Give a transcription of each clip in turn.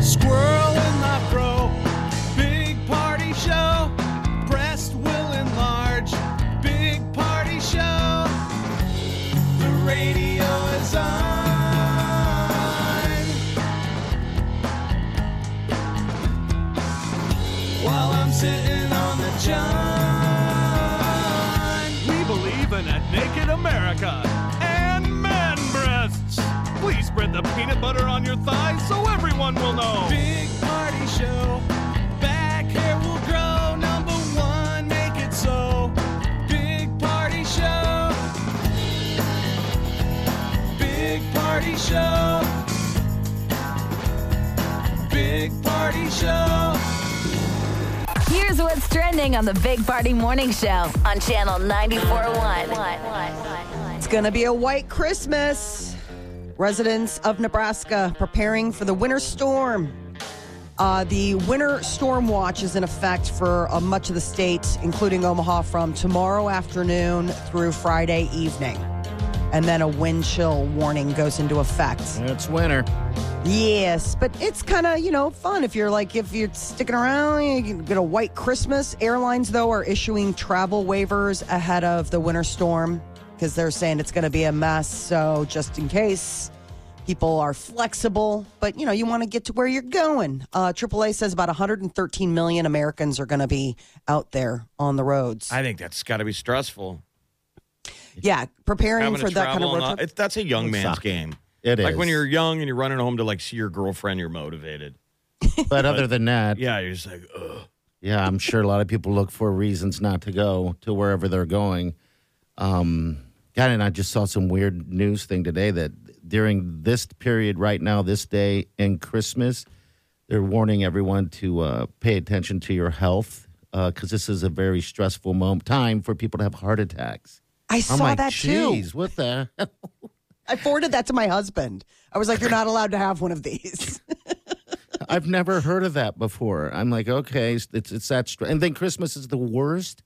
Squirrel in the fro, big party show. Breast will enlarge, big party show. The radio is on. While I'm sitting on the john. We believe in a naked America and man breasts. Please spread the peanut butter on your thighs so everyone will know. Big party show. Back hair will grow. Number one, make it so. Big party show. Big party show. Big party show. Here's what's trending on the Big Party Morning Show on Channel 94.1. It's going to be a white Christmas. Residents of Nebraska preparing for the winter storm. Uh, the winter storm watch is in effect for uh, much of the state, including Omaha, from tomorrow afternoon through Friday evening. And then a wind chill warning goes into effect. It's winter. Yes, but it's kind of, you know, fun if you're like, if you're sticking around, you can get a white Christmas. Airlines, though, are issuing travel waivers ahead of the winter storm because they're saying it's going to be a mess. So just in case, people are flexible, but, you know, you want to get to where you're going. Uh, AAA says about 113 million Americans are going to be out there on the roads. I think that's got to be stressful. yeah, preparing Having for to that kind of travel road and all- trip. it's- that's a young man's game. It Like when is. you're young and you're running home to like see your girlfriend, you're motivated. But other than that, yeah. Yeah, you're just like, ugh. I'm sure a lot of people look for reasons not to go to wherever they're going. Um, God, and I just saw some weird news thing today that during this period right now, this day and Christmas, they're warning everyone to uh, pay attention to your health because this is a very stressful moment, time for people to have heart attacks. I saw I'm like, that too. "Jeez, what the? hell?" I forwarded that to my husband. I was like, you're not allowed to have one of these. I've never heard of that before. I'm like, okay, it's, it's that. Str- and then Christmas is the worst.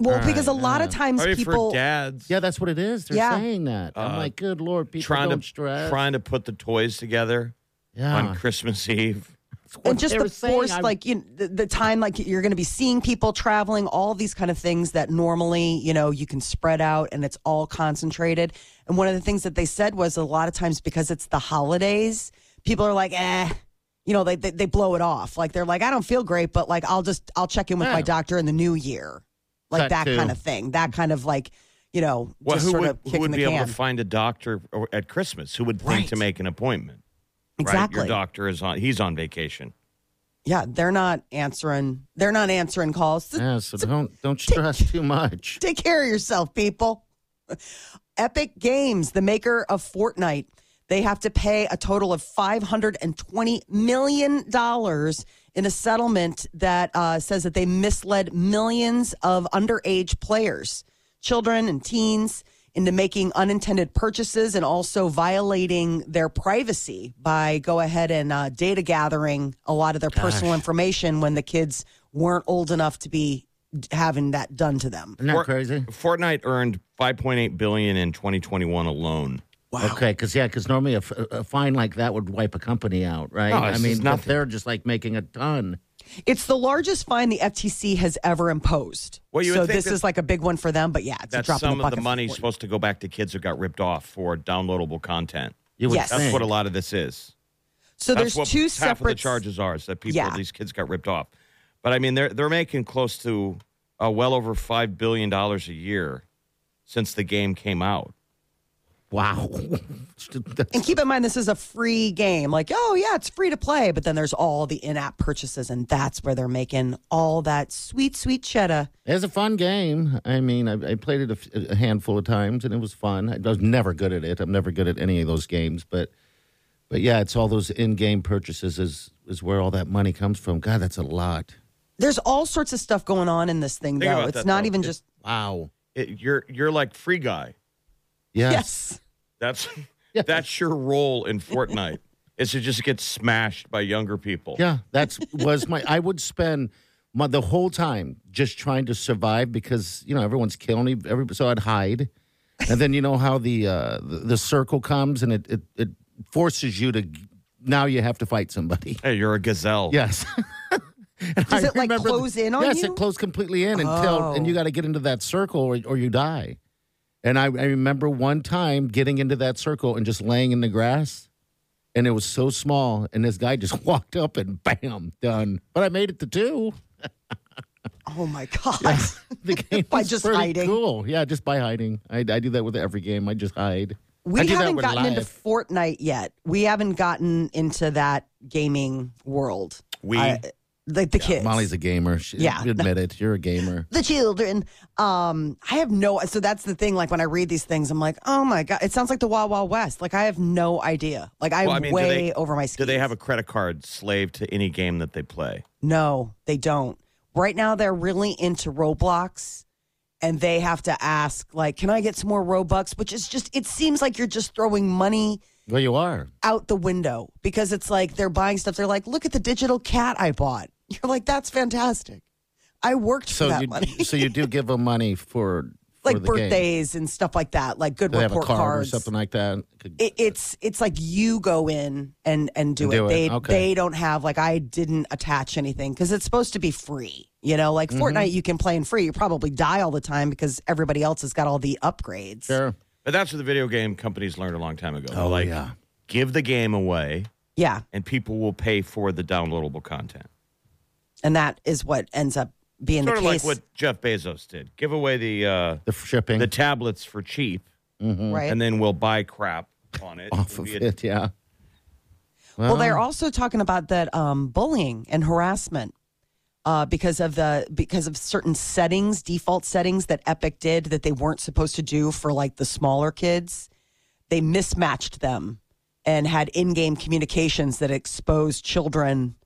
Well, because a lot of times Probably people. for dads Yeah, that's what it is. They're Yeah. saying that. I'm like, good lord, people Uh, trying don't to stress. trying to put the toys together yeah. on Christmas Eve. That's what and just they the were saying. force, I'm- like you know, the, the time, like you're going to be seeing people traveling, all these kind of things that normally, you know, you can spread out and it's all concentrated. And one of the things that they said was a lot of times because it's the holidays, people are like, eh, you know, they they, they blow it off. Like they're like, I don't feel great, but like I'll just I'll check in with my Yeah. doctor in the new year, like that, That too. kind of thing. That kind of like, you know, Well, just who sort would, of who kicking would the be can. able to find a doctor or, at Christmas? Who would think to Right. make an appointment? exactly. Right? Your doctor is on. He's on vacation. Yeah, they're not answering. They're not answering calls. yeah, so don't don't stress too much. Take care of yourself, people. Epic Games, the maker of Fortnite, they have to pay a total of $520 million in a settlement that uh, says that they misled millions of underage players, children and teens, into making unintended purchases and also violating their privacy by go ahead and uh, data gathering a lot of their personal information when the kids weren't old enough to be having that done to them. Isn't that Or- crazy? Fortnite earned 5.8 billion in 2021 alone. Okay, because yeah, because normally a, f- a fine like that would wipe a company out, right? No, I this is mean, but nothing. they're just like making a ton. It's the largest fine the FTC has ever imposed. Well, you would so think this that- is like a big one for them, but yeah, it's a That's drop in some the of bucket. for the money Ford. supposed to go back to kids who got ripped off for downloadable content. You would Yes. That's think. what a lot of this is. So That's there's what two half of the separate charges are is that people Yeah. these kids got ripped off. But I mean, they're they're making close to uh, well over five billion dollars a year since the game came out. Wow. And keep in mind, this is a free game. Like, oh, yeah, it's free to play. But then there's all the in app purchases, and that's where they're making all that sweet, sweet cheddar. It's a fun game. I mean, I, I played it a f- a, handful of times, and it was fun. I was never good at it. I'm never good at any of those games, but but yeah, it's all those in-game purchases is is where all that money comes from. God, that's a lot. There's all sorts of stuff going on in this thing, Think though. about It's that, not though. even It- just, Wow. It, you're you're like free guy. Yes. yes. That's Yeah. that's your role in Fortnite is to just get smashed by younger people. Yeah, that's was my. I would spend my, the whole time just trying to survive because you know everyone's killing me. Every, so I'd hide, and then you know how the uh, the, the circle comes and it, it it forces you to. Now you have to fight somebody. Hey, you're a gazelle. Yes. Does it, like, close in on yes, you? it closed completely in until, Oh. and you got to get into that circle or, or you die. And I, I remember one time getting into that circle and just laying in the grass, and it was so small, and this guy just walked up and bam, done. But I made it to two. Oh, my God. The game By was just pretty hiding. Cool, yeah, just by hiding. I, I do that with every game. I just hide. I We do that haven't with gotten into life. Fortnite yet. We haven't gotten into that gaming world. We- I- like the kids. Molly's a gamer. She, Yeah. you admit it. You're a gamer. the children. Um, I have no. So that's the thing. Like when I read these things, I'm like, oh my god, it sounds like the Wild Wild West. Like I have no idea. Like I'm Well, I mean, do way they- over my skis. Do they have a credit card slave to any game that they play? No, they don't. Right now, they're really into Roblox, and they have to ask, like, can I get some more Robux? Which is just. It seems like you're just throwing money Well, you are. out the window because it's like they're buying stuff. They're like, look at the digital cat I bought. You're like, that's fantastic. I worked for So that you, money. so you do give them money for, for like the game. birthdays and stuff like that, like good Do they have a report card cards. or something like that? Could- It, it's it's like you go in and and do, And it. do it, They okay. they don't have like I didn't attach anything because it's supposed to be free. You know, like Mm-hmm. Fortnite, you can play in free. You probably die all the time because everybody else has got all the upgrades. sure. But that's what the video game companies learned a long time ago. Oh, like, yeah. give the game away, Yeah, and people will pay for the downloadable content. and that is what ends up being Sort the of case, like what Jeff Bezos did: give away the uh, The shipping the tablets for cheap, Mm-hmm. right? and then we'll buy crap on it. off It'll of be a- it, yeah. Well, they're also talking about that um, bullying and harassment uh, because of the because of certain settings, default settings that Epic did that they weren't supposed to do for like the smaller kids. They mismatched them and had in-game communications that exposed children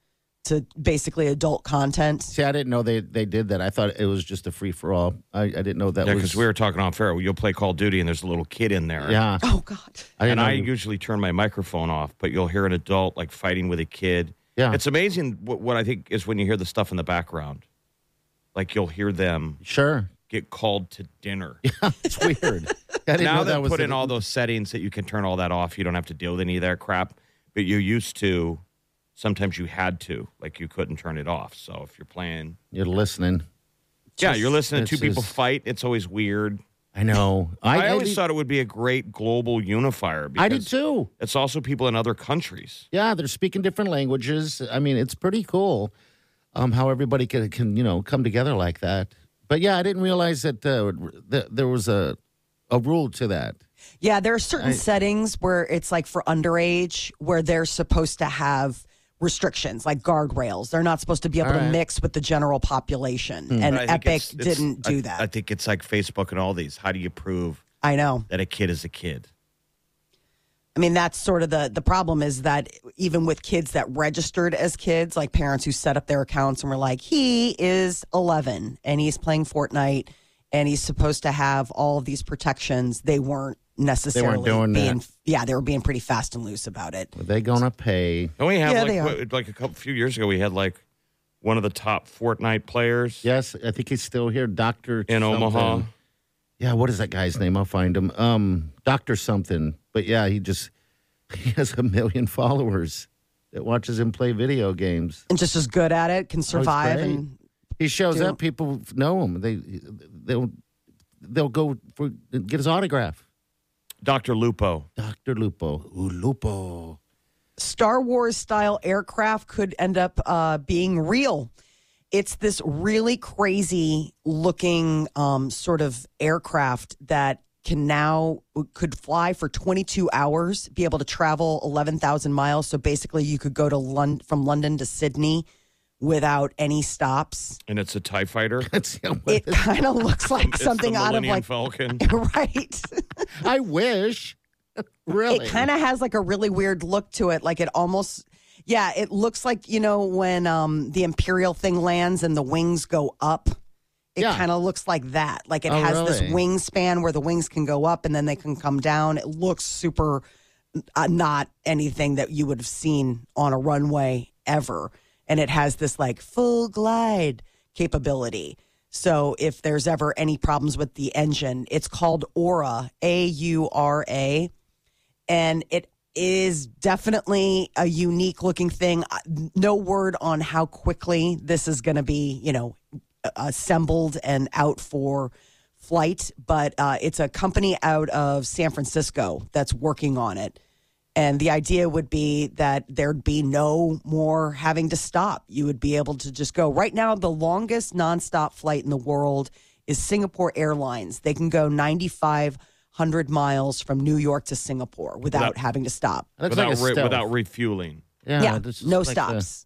to basically adult content. See, I didn't know they, they did that. I thought it was just a free for all. I, I didn't know that Yeah, was. because we were talking off air. You'll play Call of Duty, and there's a little kid in there. Yeah. Oh God! I and didn't know I you- usually turn my microphone off, but you'll hear an adult like fighting with a kid. Yeah. It's amazing what, what I think is when you hear the stuff in the background. Like you'll hear them Sure. get called to dinner. It's weird. I didn't now know they that was put the- in all those settings that you can turn all that off. You don't have to deal with any of that crap. But you used to. Sometimes you had to. Like you couldn't turn it off. So if you're playing, You're listening. yeah, you're listening to it's two people just- fight. It's always weird. I know. I, I, always did- thought it would be a great global unifier. Because I did too. It's also people in other countries. Yeah, they're speaking different languages. I mean, it's pretty cool um, how everybody can, can, you know, come together like that. But yeah, I didn't realize that uh, th- there was a, a rule to that. Yeah, there are certain settings where it's like for underage where they're supposed to have restrictions like guardrails they're not supposed to be able to right. Hmm. mix with the general population and But I think epic it's- it's- didn't I- do that I think it's like Facebook and all these. How do you prove I, know that a kid is a kid? i mean that's sort of the the problem is that even with kids that registered as kids like parents who set up their accounts and were like he is 11 and he's playing fortnite and he's supposed to have all of these protections they weren't necessarily doing that. being yeah they were being pretty fast and loose about it Were they going to pay? And we have Yeah, they like are. what, like a couple few years ago, we had like one of the top Fortnite players Yes, I think he's still here. Dr. in Omaha. something. Yeah, what is that guy's name? I'll find him. Um, Doctor something. But yeah, he just he has a million followers that watches him play video games. and just as good at it Oh, can survive great. and He shows Dude. up, people know him. They they'll they'll go for get his autograph. Dr. Lupo. Doctor Lupo. Ooh, Lupo. Star Wars style aircraft could end up uh, being real. It's this really crazy looking um, sort of aircraft that can now could fly for 22 hours, be able to travel 11,000 miles. So basically, you could go to Lon- from London to Sydney without any stops. and it's a Tie Fighter. That's It kind of looks like It's the something out of Millennium like Falcon. right. I wish. Really? It kind of has like a really weird look to it. Like it almost, yeah, it looks like, you know, when um, the Imperial thing lands and the wings go up, it Yeah. kind of looks like that. Like it Oh, has this really? wingspan where the wings can go up and then they can come down. It looks super uh, not anything that you would have seen on a runway ever. And it has this like full glide capability. So if there's ever any problems with the engine, it's called Aura, A U R A and it is definitely a unique looking thing. Uh, No word on how quickly this is going to be, you know, a- assembled and out for flight, but uh, it's a company out of San Francisco that's working on it. And the idea would be that there'd be no more having to stop. You would be able to just go. Right now, the longest nonstop flight in the world is Singapore Airlines. They can go 9,500 miles from New York to Singapore without, Without- having to stop. It looks without, like a re- stealth. without refueling. yeah, this is no like the- stops.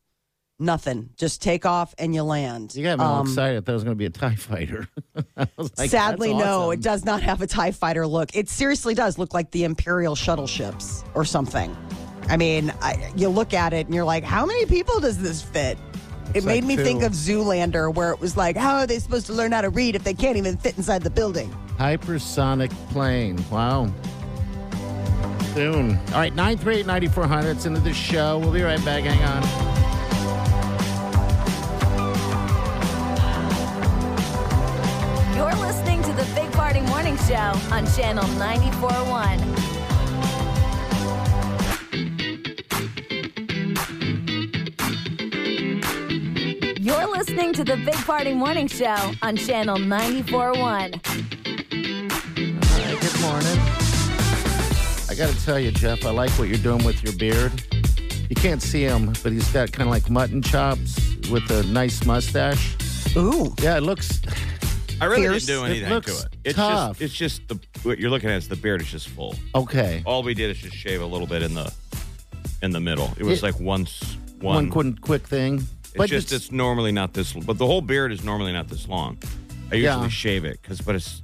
Nothing. Just take off and you land. you got me all Um, excited. I thought it was going to be a Tie Fighter. I was like, Sadly, that's no, awesome. it does not have a TIE fighter look. It seriously does look like the Imperial shuttle ships or something. I mean, I, you look at it and you're like, how many people does this fit? it made like me think two. of Zoolander, where it was like, how are they supposed to learn how to read if they can't even fit inside the building? Hypersonic plane. Wow. Soon. All right, 938 9400. It's into the show. We'll be right back. Hang on. You're listening to the Big Party Morning Show on Channel 94.1. You're listening to the Big Party Morning Show on Channel 94.1. All right, good morning. I got to tell you, Jeff, I like what you're doing with your beard. You can't see him, but he's got kind of like mutton chops with a nice mustache. Ooh. Yeah, it looks. I really Fierce. didn't do It anything looks to it. It's tough. just it's just the what you're looking at is the beard is just full. Okay. All we did is just shave a little bit in the in the middle. It was It- like once one. One quick, quick thing. it's just it's, normally not this, but the whole beard is normally not this long. I Yeah. usually shave it because, but it's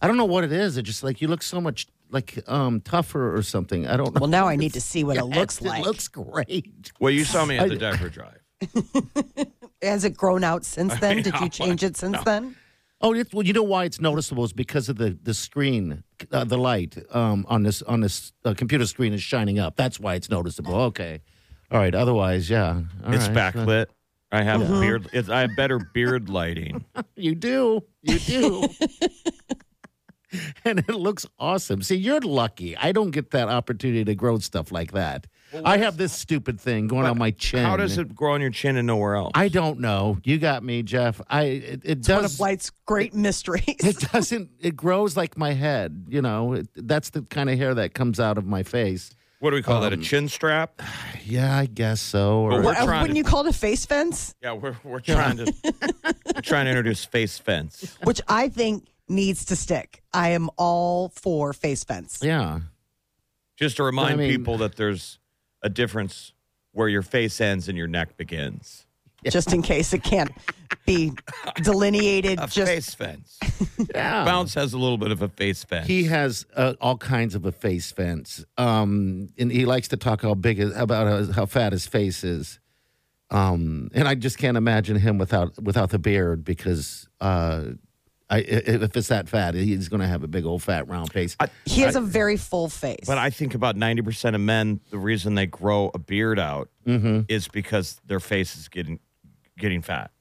I don't know what it is. It just like you look so much like um tougher or something. I don't know. Well, now I need to see what it Yes, looks like. It looks great. well, you saw me I- at the diaper drive. Has it grown out since then? Did you change it since then? Oh, it's, well, you know why it's noticeable is because of the the screen, uh, the light um, on this on this uh, computer screen is shining up. That's why it's noticeable. Okay, all right. Otherwise, yeah, All it's right. Uh-huh. backlit. I have beard. It's, I have better beard lighting. You do, you do, and it looks awesome. See, you're lucky. I don't get that opportunity to grow stuff like that. I have this stupid thing going on my chin. How does it grow on your chin and nowhere else? I don't know. You got me, Jeff. I it, it One does of life's great mysteries. it doesn't it grows like my head you know it, that's the kind of hair that comes out of my face what do we call Um, that? A chin strap? yeah i guess so or- But we're Uh, trying Wouldn't to- you call it a face fence? Yeah, we're we're trying to we're trying to introduce face fence. Which I think needs to stick. I am all for face fence. yeah Just to remind mean- people that there's a difference where your face ends and your neck begins. just in case it can't be delineated. A just face fence. yeah Bounce has a little bit of a face fence. he has uh, all kinds of a face fence um and he likes to talk how big his- about how, how fat his face is um and i just can't imagine him without without the beard because uh I, i- if it's that fat, he's going to have a big old fat round face. I- he has a very full face. but I think about 90% of men, the reason they grow a beard out Mm-hmm. is because their face is getting getting fat.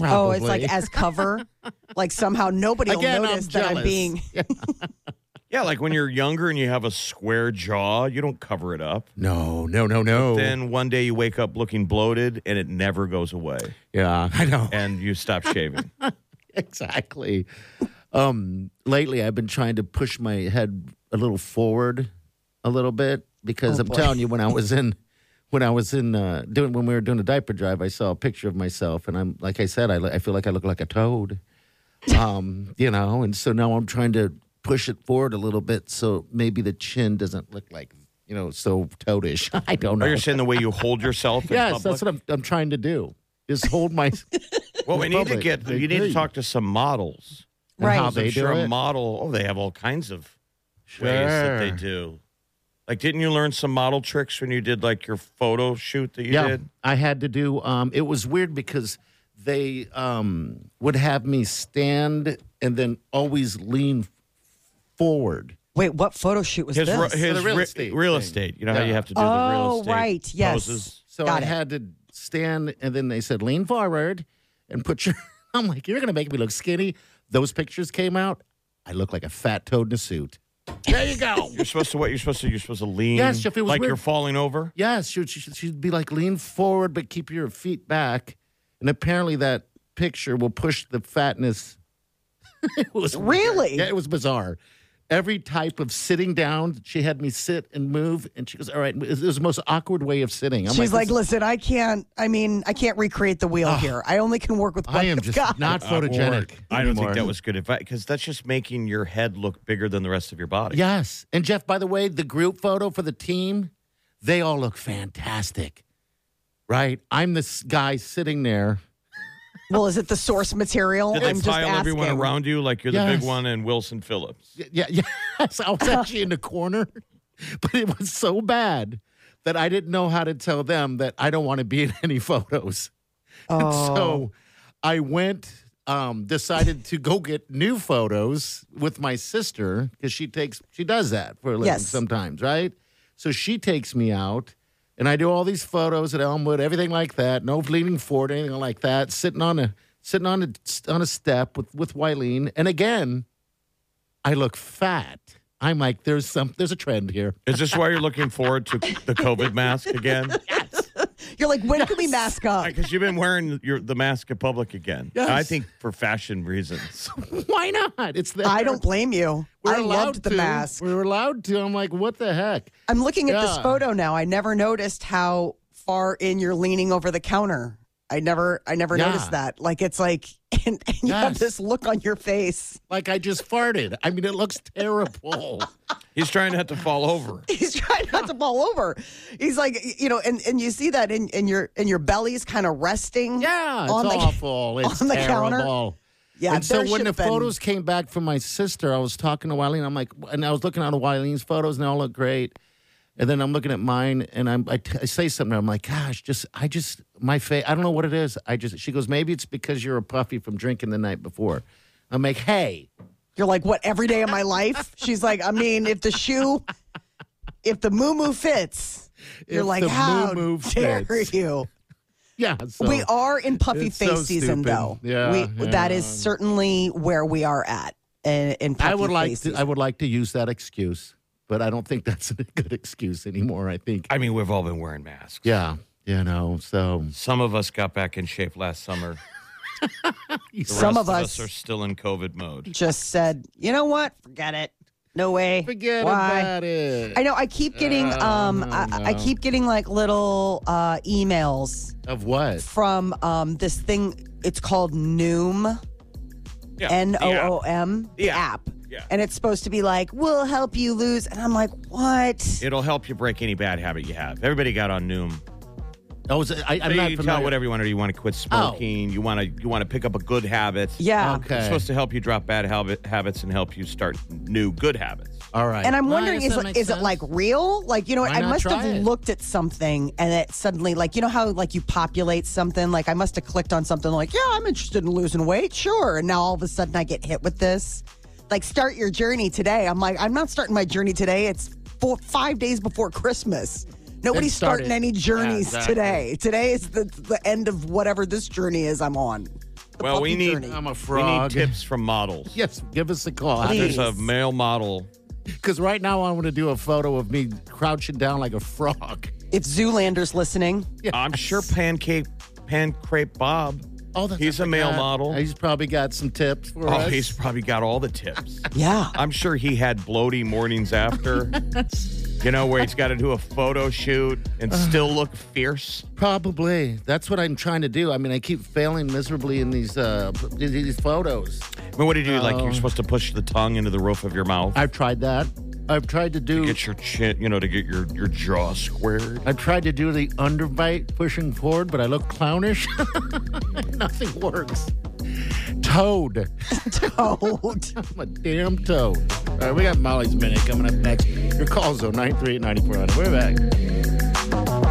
oh, it's like Probably. as cover, like somehow nobody Again, will I'm notice that I'm jealous. being. Yeah, like when you're younger and you have a square jaw, you don't cover it up. no, no, no, no. Then one day you wake up looking bloated and it never goes away yeah, I know. and you stop shaving. exactly. Um, lately, I've been trying to push my head a little forward, a little bit, because Oh, I'm telling you, when I was in, when I was in uh, doing when we were doing a diaper drive, I saw a picture of myself, and I'm like I said, I, lo- I feel like I look like a toad, um, you know, and so now I'm trying to push it forward a little bit so maybe the chin doesn't look like, you know, so toadish. I don't know. Are you saying the way you hold yourself? In yes, public? that's what I'm, I'm trying to do. Is hold my. Well, we in need to public. get. They You need do. to talk to some models. and Right. How So they I'm do sure a it. model. Oh, they have all kinds of ways that they Sure. do. Like, didn't you learn some model tricks when you did like your photo shoot that you yeah, did? I had to do. Um, it was weird because they um, would have me stand and then always lean forward. Wait, what photo shoot was His ro- this? his the real re- estate real thing. estate. You know how Yeah. you have to do the real oh, estate. right. Yes. poses? So Got I it. had to stand, and then they said, "Lean forward and put your." I'm like, "You're gonna make me look skinny." Those pictures came out. I look like a fat toad in a suit. There you go. You're supposed to what? You're supposed to. You're supposed to lean. Yes, Jeff, it was like weird. you're falling over. yes, she, she, she'd be like, "Lean forward, but keep your feet back." And apparently, that picture will push the fatness. it was weird. Really? Yeah, it was bizarre. Every type of sitting down, she had me sit and move, and she goes, "All right." It was the most awkward way of sitting. I'm She's like, this- listen, I can't. I mean, I can't recreate the wheel here. I only can work with one I am I've just got." not photogenic. I don't think anymore. that was good advice because that's just making your head look bigger than the rest of your body. Yes. And Jeff, by the way, the group photo for the team, they all look fantastic. Right? I'm this guy sitting there. Well, is it the source material? Did I'm they just pile asking. everyone around you like you're the Yes. big one and Wilson Phillips? Y- Yeah, yes. I was actually in the corner, but it was so bad that I didn't know how to tell them that I don't want to be in any photos. And so I went, um, decided to go get new photos with my sister because she takes, she does that for a living Yes. sometimes, right? So she takes me out and I do all these photos at Elmwood, everything like that, no leaning forward, anything like that, sitting on a, sitting on a, on a step with, with Wileen. And again, I look fat. I'm like, there's some, there's a trend here. Is this why you're looking forward to the COVID mask again? You're like, when can we mask up? Because you've been wearing your, the mask in public again. I think for fashion reasons. Why not? It's there. I don't blame you. We're I allowed loved the to. mask. We were allowed to. I'm like, what the heck? I'm looking at this Yeah. photo now. I never noticed how far in you're leaning over the counter. I never, I never Yeah. noticed that. Like it's like, and, and you have Yes. this look on your face. Like I just farted. I mean, it looks terrible. He's trying not to fall over. He's trying not to fall over. He's like, you know, and, and you see that in, in your and your belly's kind of resting. Yeah, it's on the- awful. It's on the terrible. counter. Yeah. and so there when the should've been- photos came back from my sister, I was talking to Wileen. I'm like, and I was looking at Wileen's photos, and they all look great. And then I'm looking at mine, and I'm, I, t- I say something. I'm like, gosh, just I just my face. I don't know what it is. I just. She goes, maybe it's because you're a puffy from drinking the night before. I'm like, hey, You're like, what, every day of my life? She's like, I mean, if the shoe, if the moo moo fits, you're If like, the how moo-moo dare fits." you? yeah. So, we are in puffy it's face so season, stupid. though. Yeah, we, yeah. That is certainly where we are at. In, in puffy I would like face to. season. I would like to use that excuse, but I don't think that's a good excuse anymore. I think. I mean, we've all been wearing masks. Yeah. You know. So Some of us got back in shape last summer. The Some rest of us- are still in COVID mode. Just said, you know what? Forget it. No way. forget Why? about Uh, it. I know. I keep getting. Um, I, I keep getting like little uh, emails of what? from um, this thing. It's called Noom. Yeah, N the app. O O M. The Yeah. app. Yeah. And it's supposed to be like, we'll help you lose. And I'm like, what? It'll help you break any bad habit you have. Everybody got on Noom. Oh, is it, I, I'm So not you familiar. tell whatever you want to do. You want to quit smoking. You want to you want to pick up a good habit. Oh. yeah. Okay. It's supposed to help you drop bad habit, habits and help you start new good habits. All right. And I'm No, I wondering, guess is, that it- makes is it sense. like real? Like, you know, Why I not must have try it? looked at something and it suddenly, like, you know how, like, you populate something? Like, I must have clicked on something like, yeah, I'm interested in losing weight. Sure. And now all of a sudden I get hit with this. Like, start your journey today. I'm like, I'm not starting my journey today. It's four, five days before Christmas. Nobody's start starting it. any Yeah, journeys exactly. today. Today is the, the end of whatever this journey is I'm on. The well, we puppy need journey. I'm a we need frog. tips from models. Yes, give us a call. There's Please. a male model. Because right now I want to do a photo of me crouching down like a frog. If Zoolander's listening, I'm sure pancake pan crepe Bob. Oh, that's he's I a male forgot. model. He's probably got some tips for oh, us. he's probably got all the tips. yeah. I'm sure he had bloaty mornings after. You know, where he's got to do a photo shoot and still look fierce. Probably. That's what I'm trying to do. I mean, I keep failing miserably in these uh, p- these photos. I mean, what did you do? Like, Oh. you're supposed to push the tongue into the roof of your mouth. I've tried that. I've tried to do. get your chin, you know, to get your, your jaw squared. I tried to do the underbite pushing forward, but I look clownish. Nothing works. Toad. Toad. I'm a damn toad. All right, we got Molly's Minute coming up next. Your calls, though, 938-9400. We're back.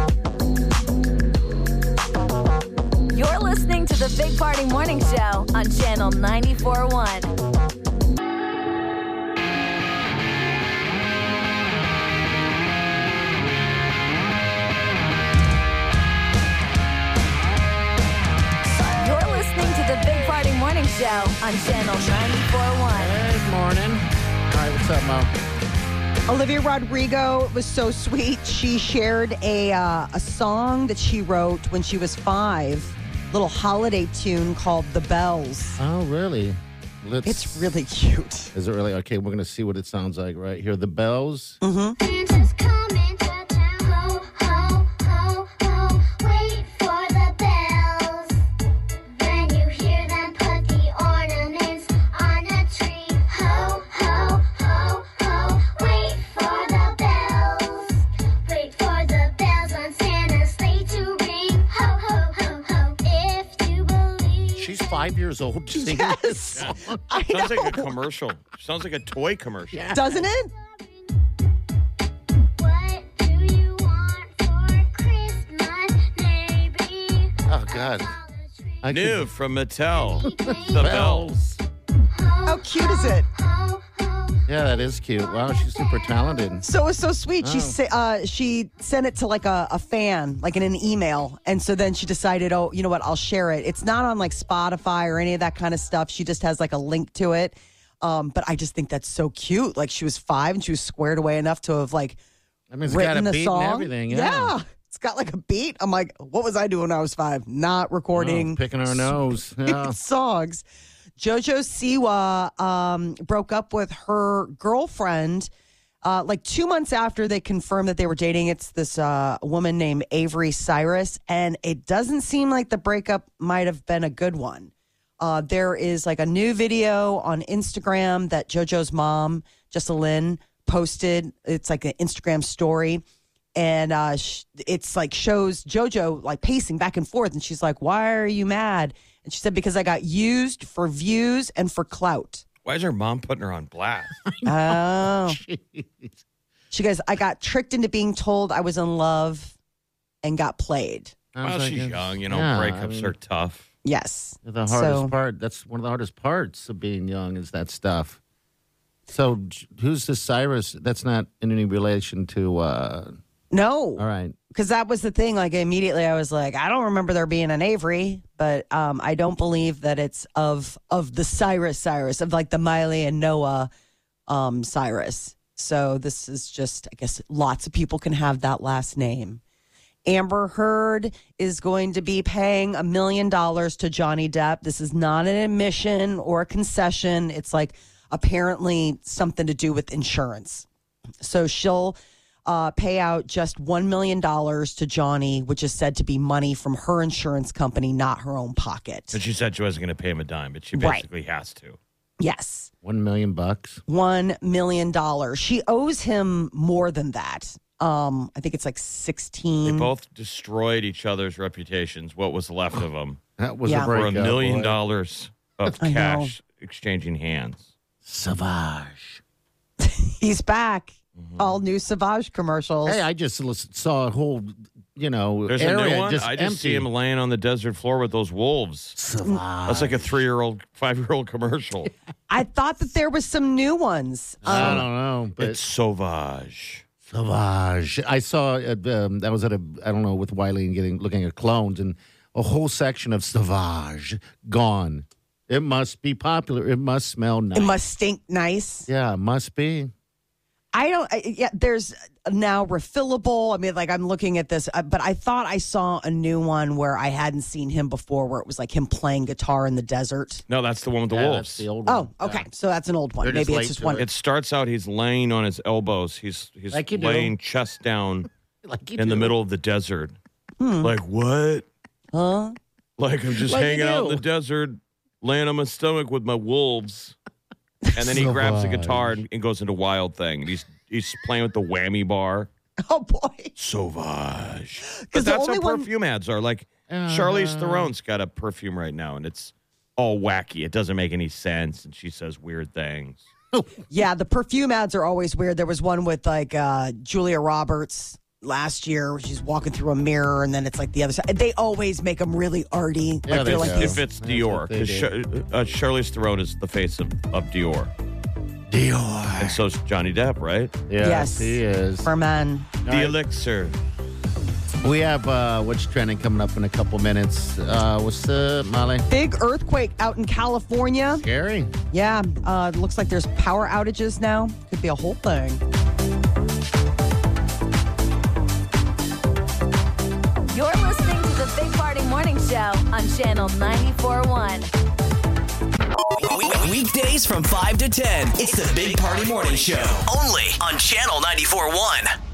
You're listening to the Big Party Morning Show on Channel 94.1. You're listening to the Big Party Morning Show on Channel 94.1. Good morning. All right, what's up, Mom? Olivia Rodrigo was so sweet. She shared a uh, a song that she wrote when she was five, little holiday tune called "The Bells." Oh, really? Let's, It's really cute. Is it really? Okay, we're going to see what it sounds like right here. The bells. Santa's coming to town. Ho, ho, ho, ho. Wait for the bells. When you hear them, put the ornaments on a tree. Ho, ho, ho, ho. Wait for the bells. Wait for the bells on Santa's sleigh to ring. Ho, ho, ho, ho. If you believe. She's five years old. Singing. Yes, I Sounds know. like a commercial. Sounds like a toy commercial. Doesn't it? What do you want for Christmas, maybe? Oh, God. I could- New from Mattel. the bells. How cute is it? Yeah, that is cute. Wow, she's super talented. So it's so sweet. She Oh. sa- uh, she sent it to like a, a fan, like in an email, and so then she decided, oh, you know what? I'll share it. It's not on like Spotify or any of that kind of stuff. She just has like a link to it. Um, but I just think that's so cute. Like she was five and she was squared away enough to have like I mean, it's got written a a beat song. and everything. Yeah. it's got like a beat. I'm like, what was I doing when I was five? Not recording Oh, picking our nose. Yeah. songs. JoJo Siwa um, broke up with her girlfriend uh, like two months after they confirmed that they were dating. It's this uh, woman named Avery Cyrus, and it doesn't seem like the breakup might have been a good one. Uh, there is like a new video on Instagram that JoJo's mom, Jessalyn, posted. It's like an Instagram story. And uh, sh- it's like shows JoJo like pacing back and forth. And she's like, Why are you mad? And she said, Because I got used for views and for clout. Why is her mom putting her on blast? Oh. Jeez. She goes, I got tricked into being told I was in love and got played. I was well, like, she's it's- young. You know, yeah, I breakups mean, are tough. Yes. the hardest So- part. That's one of the hardest parts of being young is that stuff. So j- who's this Cyrus? That's not in any relation to. uh No. All right. because that was the thing. Like immediately, I was like, I don't remember there being an Avery, but um, I don't believe that it's of of the Cyrus Cyrus of like the Miley and Noah um, Cyrus. So this is just, I guess, lots of people can have that last name. Amber Heard is going to be paying a million dollars to Johnny Depp. This is not an admission or a concession. It's like apparently something to do with insurance. So she'll uh, pay out just $1 million to Johnny, which is said to be money from her insurance company, not her own pocket. And she said she wasn't going to pay him a dime, but she Right. basically has to. Yes. One million bucks. one million dollars. She owes him more than that. Um, I think it's like They Mm. sixteen. both destroyed each other's reputations, what was left of them, That was Yeah. a for breakup. a million boy. dollars of I know. cash exchanging hands. Savage. He's back. Mm-hmm. All new Savage commercials. Hey, I just lis- saw a whole, you know, There's area a new one. just I just empty. see him laying on the desert floor with those wolves. Savage. That's like a three year old, five year old commercial. I thought that there was some new ones. I Um, don't know, but Oh. it's sauvage. Savage. I saw at, um, that was at a I don't know with Wiley and getting looking at clones and a whole section of Savage gone. It must be popular. It must smell nice. it must stink nice. yeah, it must be. I don't. I, yeah, there's now refillable. I mean, like I'm looking at this, uh, but I thought I saw a new one where I hadn't seen him before, where it was like him playing guitar in the desert. No, that's the one with the Yeah, wolves. that's the old Oh, one. okay. So that's an old one. They're just Maybe late it's just to one. It starts out he's laying on his elbows. He's he's Like you do. laying chest down Like you in the do. Hmm. middle of the desert. Like what? Huh? Like I'm just Like you hanging out in do. the desert, laying on my stomach with my wolves. And then he grabs a guitar and, and goes into Wild Thing. And he's he's playing with the whammy bar. Oh boy. Sauvage. 'Cause But the that's only how one- perfume ads are. Like Charlize Uh-huh. Theron's got a perfume right now, and it's all wacky. It doesn't make any sense, and she says weird things. Yeah, the perfume ads are always weird. There was one with like uh, Julia Roberts last year. Where she's walking through a mirror, and then it's like the other side. They always make them really arty. Yeah, like they they're like do. these If it's That's Dior, what they because do. uh, Charlize Theron is the face of, of Dior, Dior. and so's Johnny Depp, right? Yes. yes, he is. for men. the right. elixir. We have uh, what's trending coming up in a couple minutes. Uh, what's up, Molly? Big earthquake out in California. Gary. Yeah, uh, it looks like there's power outages now. Could be a whole thing. You're listening to the Big Party Morning Show on Channel 941. Weekdays from 5 to 10. It's the Big Party Morning Show. Only on Channel 94.1.